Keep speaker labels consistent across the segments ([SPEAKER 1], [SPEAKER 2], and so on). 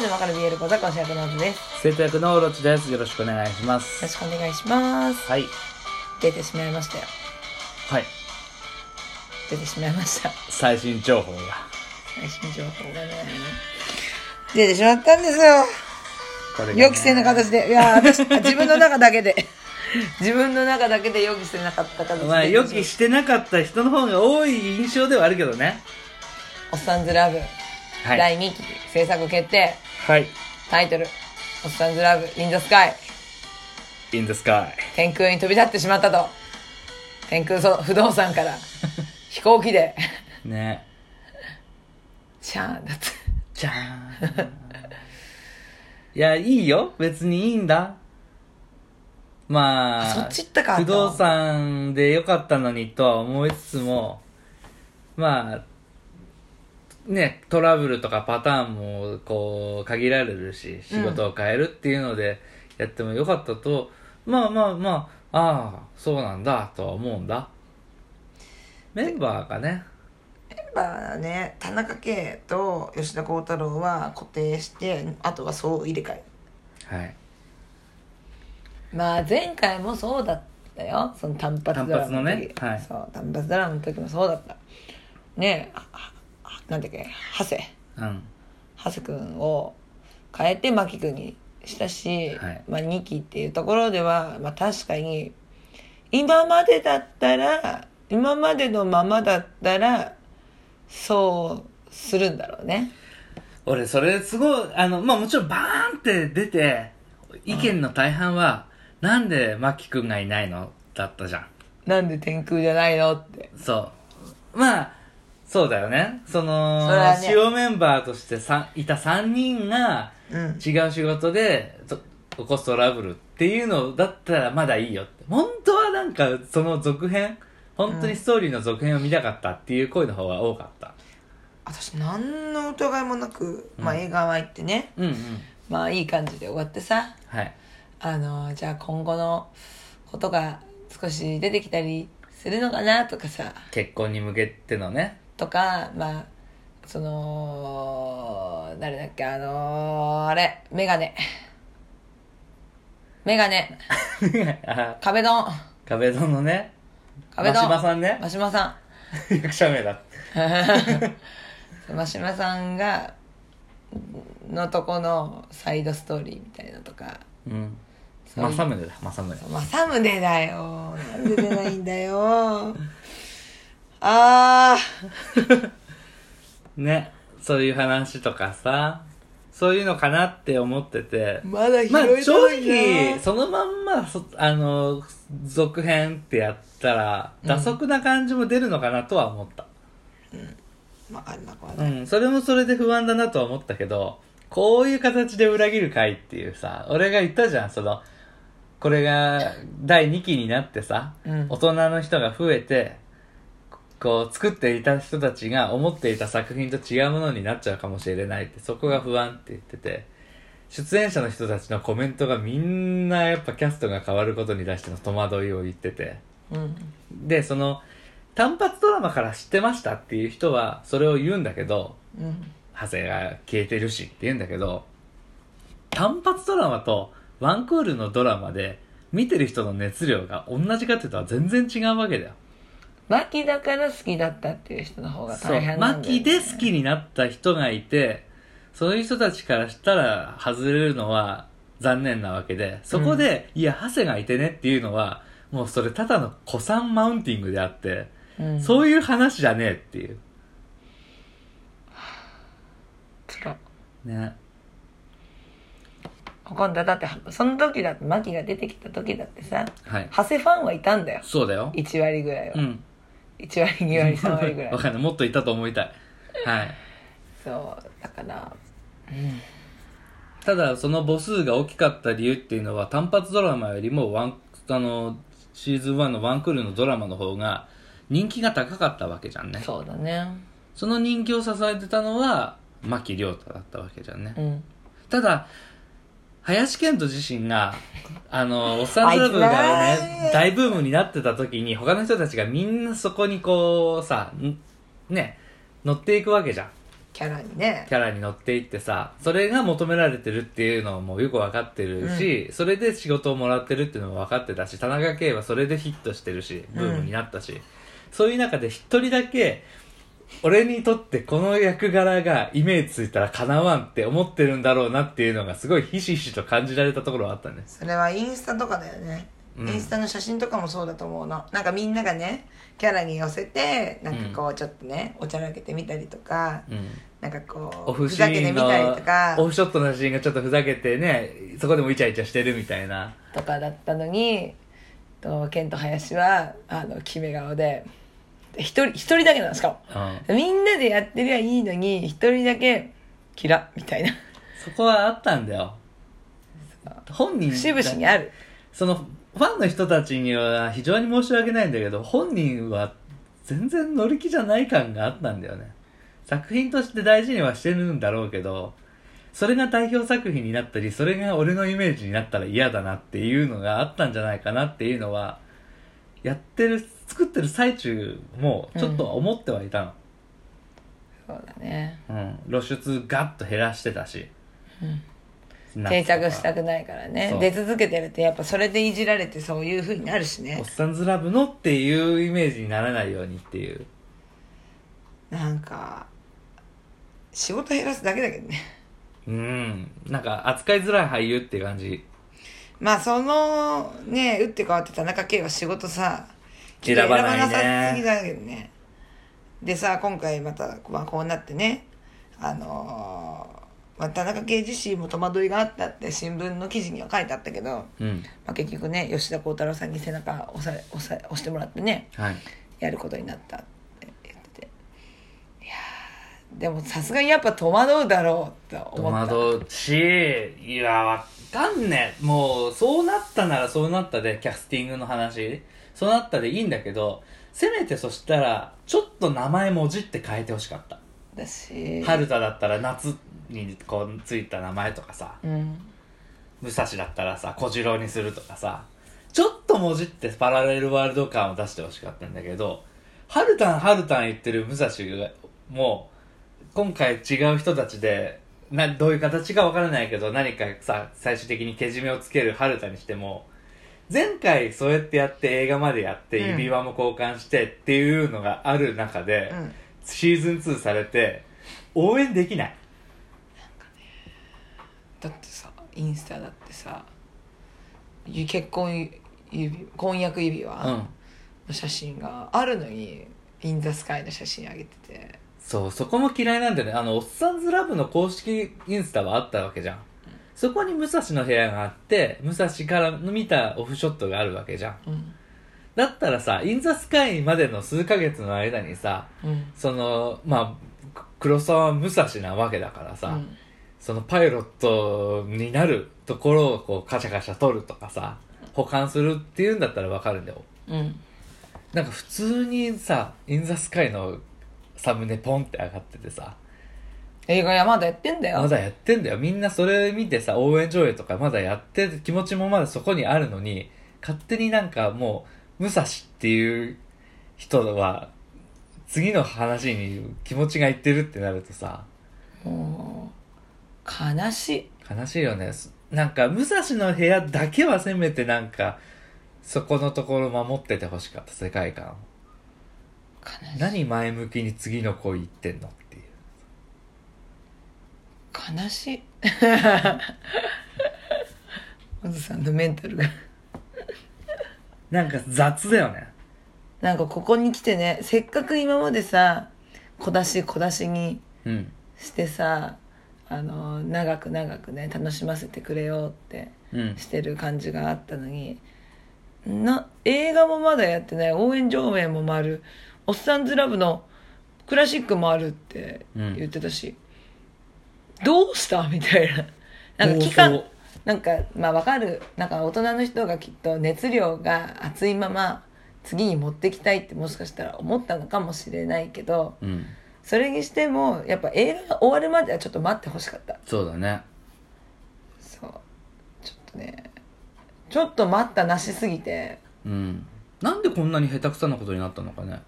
[SPEAKER 1] 女わかる BL 講座講師役のずです。よ
[SPEAKER 2] 生徒役のオロチです。よろしくお願いしま
[SPEAKER 1] ろ
[SPEAKER 2] す。
[SPEAKER 1] しくお願いします。
[SPEAKER 2] はい。
[SPEAKER 1] 出てしまいましたよ。
[SPEAKER 2] はい。
[SPEAKER 1] 出てしまいました。
[SPEAKER 2] 最新情報が。
[SPEAKER 1] 最新情報がね。出てしまったんですよ。
[SPEAKER 2] これがね
[SPEAKER 1] 予期せぬ形で。いやー、私、 自分の中だけで。 自分の中だけで予期せなかった形で。
[SPEAKER 2] まあ、予期してなかった人の方が多い印象ではあるけどね。
[SPEAKER 1] おっさんずラブ、
[SPEAKER 2] はい。
[SPEAKER 1] 第2期制作決定。
[SPEAKER 2] はい。
[SPEAKER 1] タイトル、おっさんずラブ、インザスカイ。
[SPEAKER 2] in the sky。
[SPEAKER 1] 天空に飛び立ってしまったと。天空そ不動産 から飛行機で。
[SPEAKER 2] ね。
[SPEAKER 1] じゃあ、だって。
[SPEAKER 2] じゃーん。 いや、いいよ。別にいいんだ。まあ、
[SPEAKER 1] あそっち行ったか
[SPEAKER 2] 不動産で良かったのにとは思いつつも、まあ、ね、トラブルとかパターンもこう限られるし、仕事を変えるっていうのでやっても良かったと、まあまあまあ、ああ、そうなんだとは思うんだ。メンバーがね、
[SPEAKER 1] メンバーはね、田中圭と吉田鋼太郎は固定して、あとは総入れ替え。
[SPEAKER 2] はい。
[SPEAKER 1] まあ前回もそうだったよ。その単発ドラマの時。
[SPEAKER 2] 単発のねはい
[SPEAKER 1] そう、単発ドラマの時もそうだった。ねえ、ははなんだっけ、長谷。
[SPEAKER 2] うん。
[SPEAKER 1] ハセ君を変えてマキ君にしたし、
[SPEAKER 2] はい
[SPEAKER 1] まあ、2期っていうところでは、まあ、確かに今までだったら今までのままだったらそうするんだろうね
[SPEAKER 2] 俺それすごいあのまあもちろんバーンって出て意見の大半は、なんで真木君がいないのだったじゃん
[SPEAKER 1] なんで天空じゃないのって
[SPEAKER 2] そうまあそうだよねその
[SPEAKER 1] それはね
[SPEAKER 2] 主要メンバーとしてさいた3人が
[SPEAKER 1] うん
[SPEAKER 2] 違う仕事でと起こすトラブルっていうのだったらまだいいよって本当はなんかその続編本当にストーリーの続編を見たかったっていう声の方が多かった
[SPEAKER 1] 私何の疑いもなく、まあ、
[SPEAKER 2] うん
[SPEAKER 1] 映画は行ってね、
[SPEAKER 2] うんうん
[SPEAKER 1] まあいい感じで終わってさ
[SPEAKER 2] はい
[SPEAKER 1] あのじゃあ今後のことが少し出てきたりするのかなとかさ
[SPEAKER 2] 結婚に向けてのね
[SPEAKER 1] とかまあその誰だっけあのー、あれメガネメガネ
[SPEAKER 2] あ
[SPEAKER 1] 壁ドン
[SPEAKER 2] 壁ドンのね
[SPEAKER 1] 壁ドン
[SPEAKER 2] 真島さんね
[SPEAKER 1] 真島さ
[SPEAKER 2] 役者名だ
[SPEAKER 1] ん真島さんがのとこのサイドストーリーみたいなとか
[SPEAKER 2] うん
[SPEAKER 1] そう
[SPEAKER 2] 正宗だ正宗
[SPEAKER 1] 政宗だよなんで出ないんだよあ
[SPEAKER 2] ねそういう話とかさそういうのかなって思ってて
[SPEAKER 1] ーまだ拾い
[SPEAKER 2] まあ正
[SPEAKER 1] たいな
[SPEAKER 2] 直そのまんまそあの続編ってやったら打足な感じも出るのかなとは思った
[SPEAKER 1] まああんな子は
[SPEAKER 2] う
[SPEAKER 1] ね
[SPEAKER 2] ん、それもそれで不安だなとは思ったけどこういう形で裏切る回っていうさ俺が言ったじゃんそのこれが第2期になってさ、
[SPEAKER 1] うん
[SPEAKER 2] 大人の人が増えてこう作っていた人たちが思っていた作品と違うものになっちゃうかもしれないってそこが不安って言ってて出演者の人たちのコメントがみんなやっぱキャストが変わることに対しての戸惑いを言ってて
[SPEAKER 1] うん
[SPEAKER 2] でその単発ドラマから知ってましたっていう人はそれを言うんだけど
[SPEAKER 1] うん
[SPEAKER 2] 長谷が消えてるしって言うんだけど単発ドラマとワンクールのドラマで見てる人の熱量が同じかって言ったら全然違うわけだよ
[SPEAKER 1] マキだから好きだったっていう人の方が
[SPEAKER 2] そう
[SPEAKER 1] 大変な
[SPEAKER 2] マ
[SPEAKER 1] んだよ、ね、
[SPEAKER 2] キで好きになった人がいてそういう人たちからしたら外れるのは残念なわけでそこで、いや長谷がいてねっていうのはもうそれただの古参マウンティングであって、
[SPEAKER 1] うん
[SPEAKER 2] そういう話じゃねえっていう
[SPEAKER 1] つら
[SPEAKER 2] ね
[SPEAKER 1] 今度だってその時だってマキが出てきた時だってさ
[SPEAKER 2] はい
[SPEAKER 1] 長谷ファンはいたんだよ
[SPEAKER 2] そうだよ
[SPEAKER 1] 1割ぐらいは、
[SPEAKER 2] うん
[SPEAKER 1] 1割2割3割ぐらい
[SPEAKER 2] わかんないもっといたと思いたいはい
[SPEAKER 1] そうだから
[SPEAKER 2] ただその母数が大きかった理由っていうのは単発ドラマよりもワンあのシーズン1のワンクールのドラマの方が人気が高かったわけじゃんね
[SPEAKER 1] そうだね
[SPEAKER 2] その人気を支えてたのは牧亮太だったわけじゃんね
[SPEAKER 1] うん
[SPEAKER 2] ただ林遣都自身があのおっさんずラブが
[SPEAKER 1] あいつ
[SPEAKER 2] ね大ブームになってた時に他の人たちがみんなそこにこうさんね乗っていくわけじゃん
[SPEAKER 1] キャラにね
[SPEAKER 2] キャラに乗っていってさそれが求められてるっていうのもよく分かってるし、それで仕事をもらってるっていうのも分かってたし田中圭はそれでヒットしてるしブームになったし、そういう中で一人だけ俺にとってこの役柄がイメージついたらかなわんって思ってるんだろうなっていうのがすごいひしひしと感じられたところはあったね
[SPEAKER 1] それはインスタとかだよね、
[SPEAKER 2] うん
[SPEAKER 1] インスタの写真とかもそうだと思うのなんかみんながねキャラに寄せてなんかこうちょっとね、おちゃらけてみたりとか、
[SPEAKER 2] うん
[SPEAKER 1] なんかこ
[SPEAKER 2] オ
[SPEAKER 1] う
[SPEAKER 2] フ
[SPEAKER 1] ふ
[SPEAKER 2] シ
[SPEAKER 1] ざけて
[SPEAKER 2] ー
[SPEAKER 1] み
[SPEAKER 2] ンの
[SPEAKER 1] たりとか
[SPEAKER 2] オフショットの写真がちょっとふざけてねそこでもイチャイチャしてるみたいな
[SPEAKER 1] とかだったのにとケンと林はあの決め顔でで一人一人だけなんですか
[SPEAKER 2] う
[SPEAKER 1] も
[SPEAKER 2] ん
[SPEAKER 1] みんなでやってりゃいいのに一人だけキラみたいな
[SPEAKER 2] そこはあったんだよ本人
[SPEAKER 1] 節々にある
[SPEAKER 2] そのファンの人たちには非常に申し訳ないんだけど本人は全然乗り気じゃない感があったんだよね作品として大事にはしてるんだろうけどそれが代表作品になったりそれが俺のイメージになったら嫌だなっていうのがあったんじゃないかなっていうのはやってる作ってる最中もちょっとは思ってはいたの、
[SPEAKER 1] そうだね
[SPEAKER 2] うん露出ガッと減らしてたし、
[SPEAKER 1] 定着したくないからね
[SPEAKER 2] そう
[SPEAKER 1] 出続けてるとやっぱそれでいじられてそういう風になるし
[SPEAKER 2] お
[SPEAKER 1] ね
[SPEAKER 2] っさんずラブのっていうイメージにならないようにっていう
[SPEAKER 1] なんか仕事減らすだけだけどね
[SPEAKER 2] うんなんか扱いづらい俳優っていう感じ
[SPEAKER 1] まあそのね打って変わって田中圭は仕事さ
[SPEAKER 2] 選ばないね
[SPEAKER 1] 選ばなさすぎだけどねでさ今回また、まあ、こうなってねあのーまあ、田中圭自身も戸惑いがあったって新聞の記事には書いてあったけど、ま
[SPEAKER 2] うん
[SPEAKER 1] あ、結局ね吉田鋼太郎さんに背中押され押さ押してもらってね
[SPEAKER 2] はい
[SPEAKER 1] やることになったって言ってていやーでもさすがにやっぱ戸惑うだろうと
[SPEAKER 2] 戸
[SPEAKER 1] 思った
[SPEAKER 2] 惑うしいやわかんねえもうそうなったならそうなったでキャスティングの話そうなったでいいんだけどせめてそしたらちょっと名前もじって変えてほしかった
[SPEAKER 1] だし
[SPEAKER 2] 春田だったら夏にこうついた名前とかさ
[SPEAKER 1] うん
[SPEAKER 2] 武蔵だったらさ小次郎にするとかさちょっともじってパラレルワールド感を出してほしかったんだけどハルタンハルタン言ってる武蔵がもう今回違う人たちでなどういう形かわからないけど何かさ最終的にけじめをつけるハルタにしても前回そうやってやって映画までやって
[SPEAKER 1] うん
[SPEAKER 2] 指輪も交換してっていうのがある中で、
[SPEAKER 1] うん
[SPEAKER 2] シーズン2されて応援できない
[SPEAKER 1] だってさインスタだってさゆ結婚指婚約指輪の写真があるのに、インザスカイの写真あげてて
[SPEAKER 2] そう、そこも嫌いなんだよね。あの、おっさんずラブの公式インスタはあったわけじゃん。そこに武蔵の部屋があって、武蔵から見たオフショットがあるわけじゃん。
[SPEAKER 1] うん
[SPEAKER 2] だったらさ、インザスカイまでの数ヶ月の間にさ、
[SPEAKER 1] うん
[SPEAKER 2] その、まあ、く黒沢武蔵なわけだからさ、
[SPEAKER 1] うん
[SPEAKER 2] そのパイロットになるところをこうカシャカシャ撮るとかさ、保管するっていうんだったらわかるんだよ。
[SPEAKER 1] うん
[SPEAKER 2] なんか普通にさ、インザスカイのサムネポンって上がっててさ、
[SPEAKER 1] 映画やまだやってんだよ
[SPEAKER 2] まだやってんだよ。みんなそれ見てさ、応援上映とかまだやってる気持ちもまだそこにあるのに、勝手になんかもう、武蔵っていう人は、次の話に気持ちがいってるってなるとさ、
[SPEAKER 1] もう悲しい
[SPEAKER 2] 悲しいよね。すなんか、武蔵の部屋だけはせめてなんか、そこのところ守っててほしかった、世界観を。
[SPEAKER 1] 悲しい
[SPEAKER 2] 何前向きに次の恋言ってんのっていう。
[SPEAKER 1] 悲しいおずさんのメンタルが
[SPEAKER 2] なんか雑だよね。
[SPEAKER 1] なんかここに来てねせっかく今までさ小出し小出しに
[SPEAKER 2] うん。
[SPEAKER 1] してさあの長く長くね楽しませてくれようって
[SPEAKER 2] うん。
[SPEAKER 1] してる感じがあったのにな映画もまだやってない応援上映も回る「おっさんずラブ」のクラシックもあるって
[SPEAKER 2] うん
[SPEAKER 1] 言ってたし、どうしたみたいななんか期
[SPEAKER 2] 妄
[SPEAKER 1] 間
[SPEAKER 2] 想
[SPEAKER 1] なんかまあわかるなんか大人の人がきっと熱量が熱いまま次に持ってきたいってもしかしたら思ったのかもしれないけど
[SPEAKER 2] うん。
[SPEAKER 1] それにしてもやっぱ映画が終わるまではちょっと待ってほしかった
[SPEAKER 2] そうだね。
[SPEAKER 1] そうちょっとねちょっと待ったなしすぎて
[SPEAKER 2] うん、なんでこんなに下手くそなことになったのかね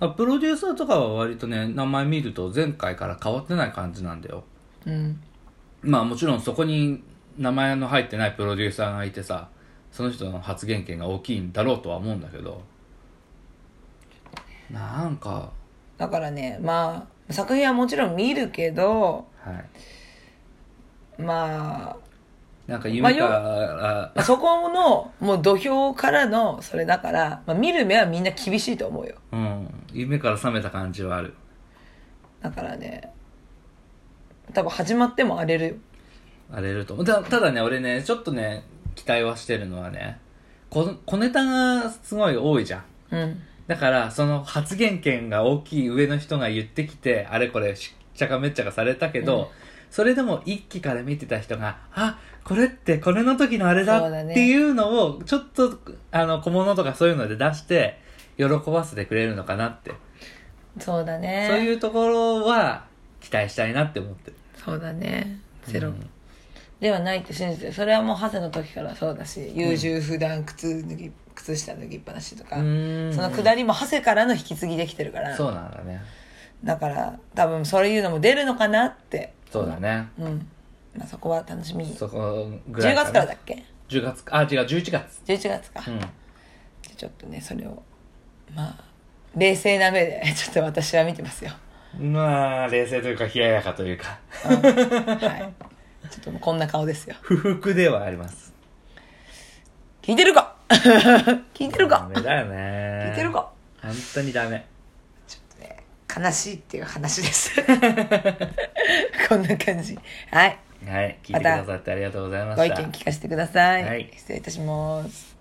[SPEAKER 2] あプロデューサーとかは割とね名前見ると前回から変わってない感じなんだよ
[SPEAKER 1] うん
[SPEAKER 2] まあもちろんそこに名前の入ってないプロデューサーがいてさその人の発言権が大きいんだろうとは思うんだけどなんか
[SPEAKER 1] だからねまあ作品はもちろん見るけど
[SPEAKER 2] はい
[SPEAKER 1] ま
[SPEAKER 2] なんか夢から、
[SPEAKER 1] あそこのもう土俵からのそれだから、まあ、見る目はみんな厳しいと思うよ
[SPEAKER 2] うん夢から覚めた感じはある
[SPEAKER 1] だからね多分始まっても荒れるよ
[SPEAKER 2] あれると思うたただね俺ねちょっとね期待はしてるのはねこ小ネタがすごい多いじゃん
[SPEAKER 1] うん
[SPEAKER 2] だからその発言権が大きい上の人が言ってきてあれこれしっちゃかめっちゃかされたけど、それでも一期から見てた人があこれってこれの時のあれ
[SPEAKER 1] そ
[SPEAKER 2] だ
[SPEAKER 1] うだね
[SPEAKER 2] っていうのをちょっと、あの小物とかそういうので出して喜ばせてくれるのかなって、
[SPEAKER 1] そうだね
[SPEAKER 2] そういうところは期待したいなって思ってる
[SPEAKER 1] そうだねゼ
[SPEAKER 2] う
[SPEAKER 1] ロ
[SPEAKER 2] ん
[SPEAKER 1] ではないって信じてるそれはもうハセの時からそうだし優柔不断靴脱ぎ靴下脱ぎっぱなしとか、
[SPEAKER 2] うん
[SPEAKER 1] そのくだりもハセからの引き継ぎできてるから
[SPEAKER 2] そうなんだね
[SPEAKER 1] だから多分そういうのも出るのかなって
[SPEAKER 2] そうだね
[SPEAKER 1] うん、まあ、そこは楽しみに10
[SPEAKER 2] そこぐらい
[SPEAKER 1] 月からだっけ
[SPEAKER 2] 10月かあ違う11月
[SPEAKER 1] 11月か、
[SPEAKER 2] うん
[SPEAKER 1] ちょっとねそれをまあ冷静な目で ちょっと私は見てますよ
[SPEAKER 2] まあ冷静というか冷ややかというか
[SPEAKER 1] はいちょっともうこんな顔ですよ
[SPEAKER 2] 不服ではあります
[SPEAKER 1] 聞いてるか 聞いてる
[SPEAKER 2] ダ
[SPEAKER 1] か
[SPEAKER 2] メだよね
[SPEAKER 1] 聞いてるか
[SPEAKER 2] 本当にダメ
[SPEAKER 1] 悲しいっていう話です こんな感じはい
[SPEAKER 2] はい聞いてくださってありがとうございま
[SPEAKER 1] ご
[SPEAKER 2] し
[SPEAKER 1] 意
[SPEAKER 2] た
[SPEAKER 1] 見聞かせてください、
[SPEAKER 2] はい
[SPEAKER 1] 失礼いたします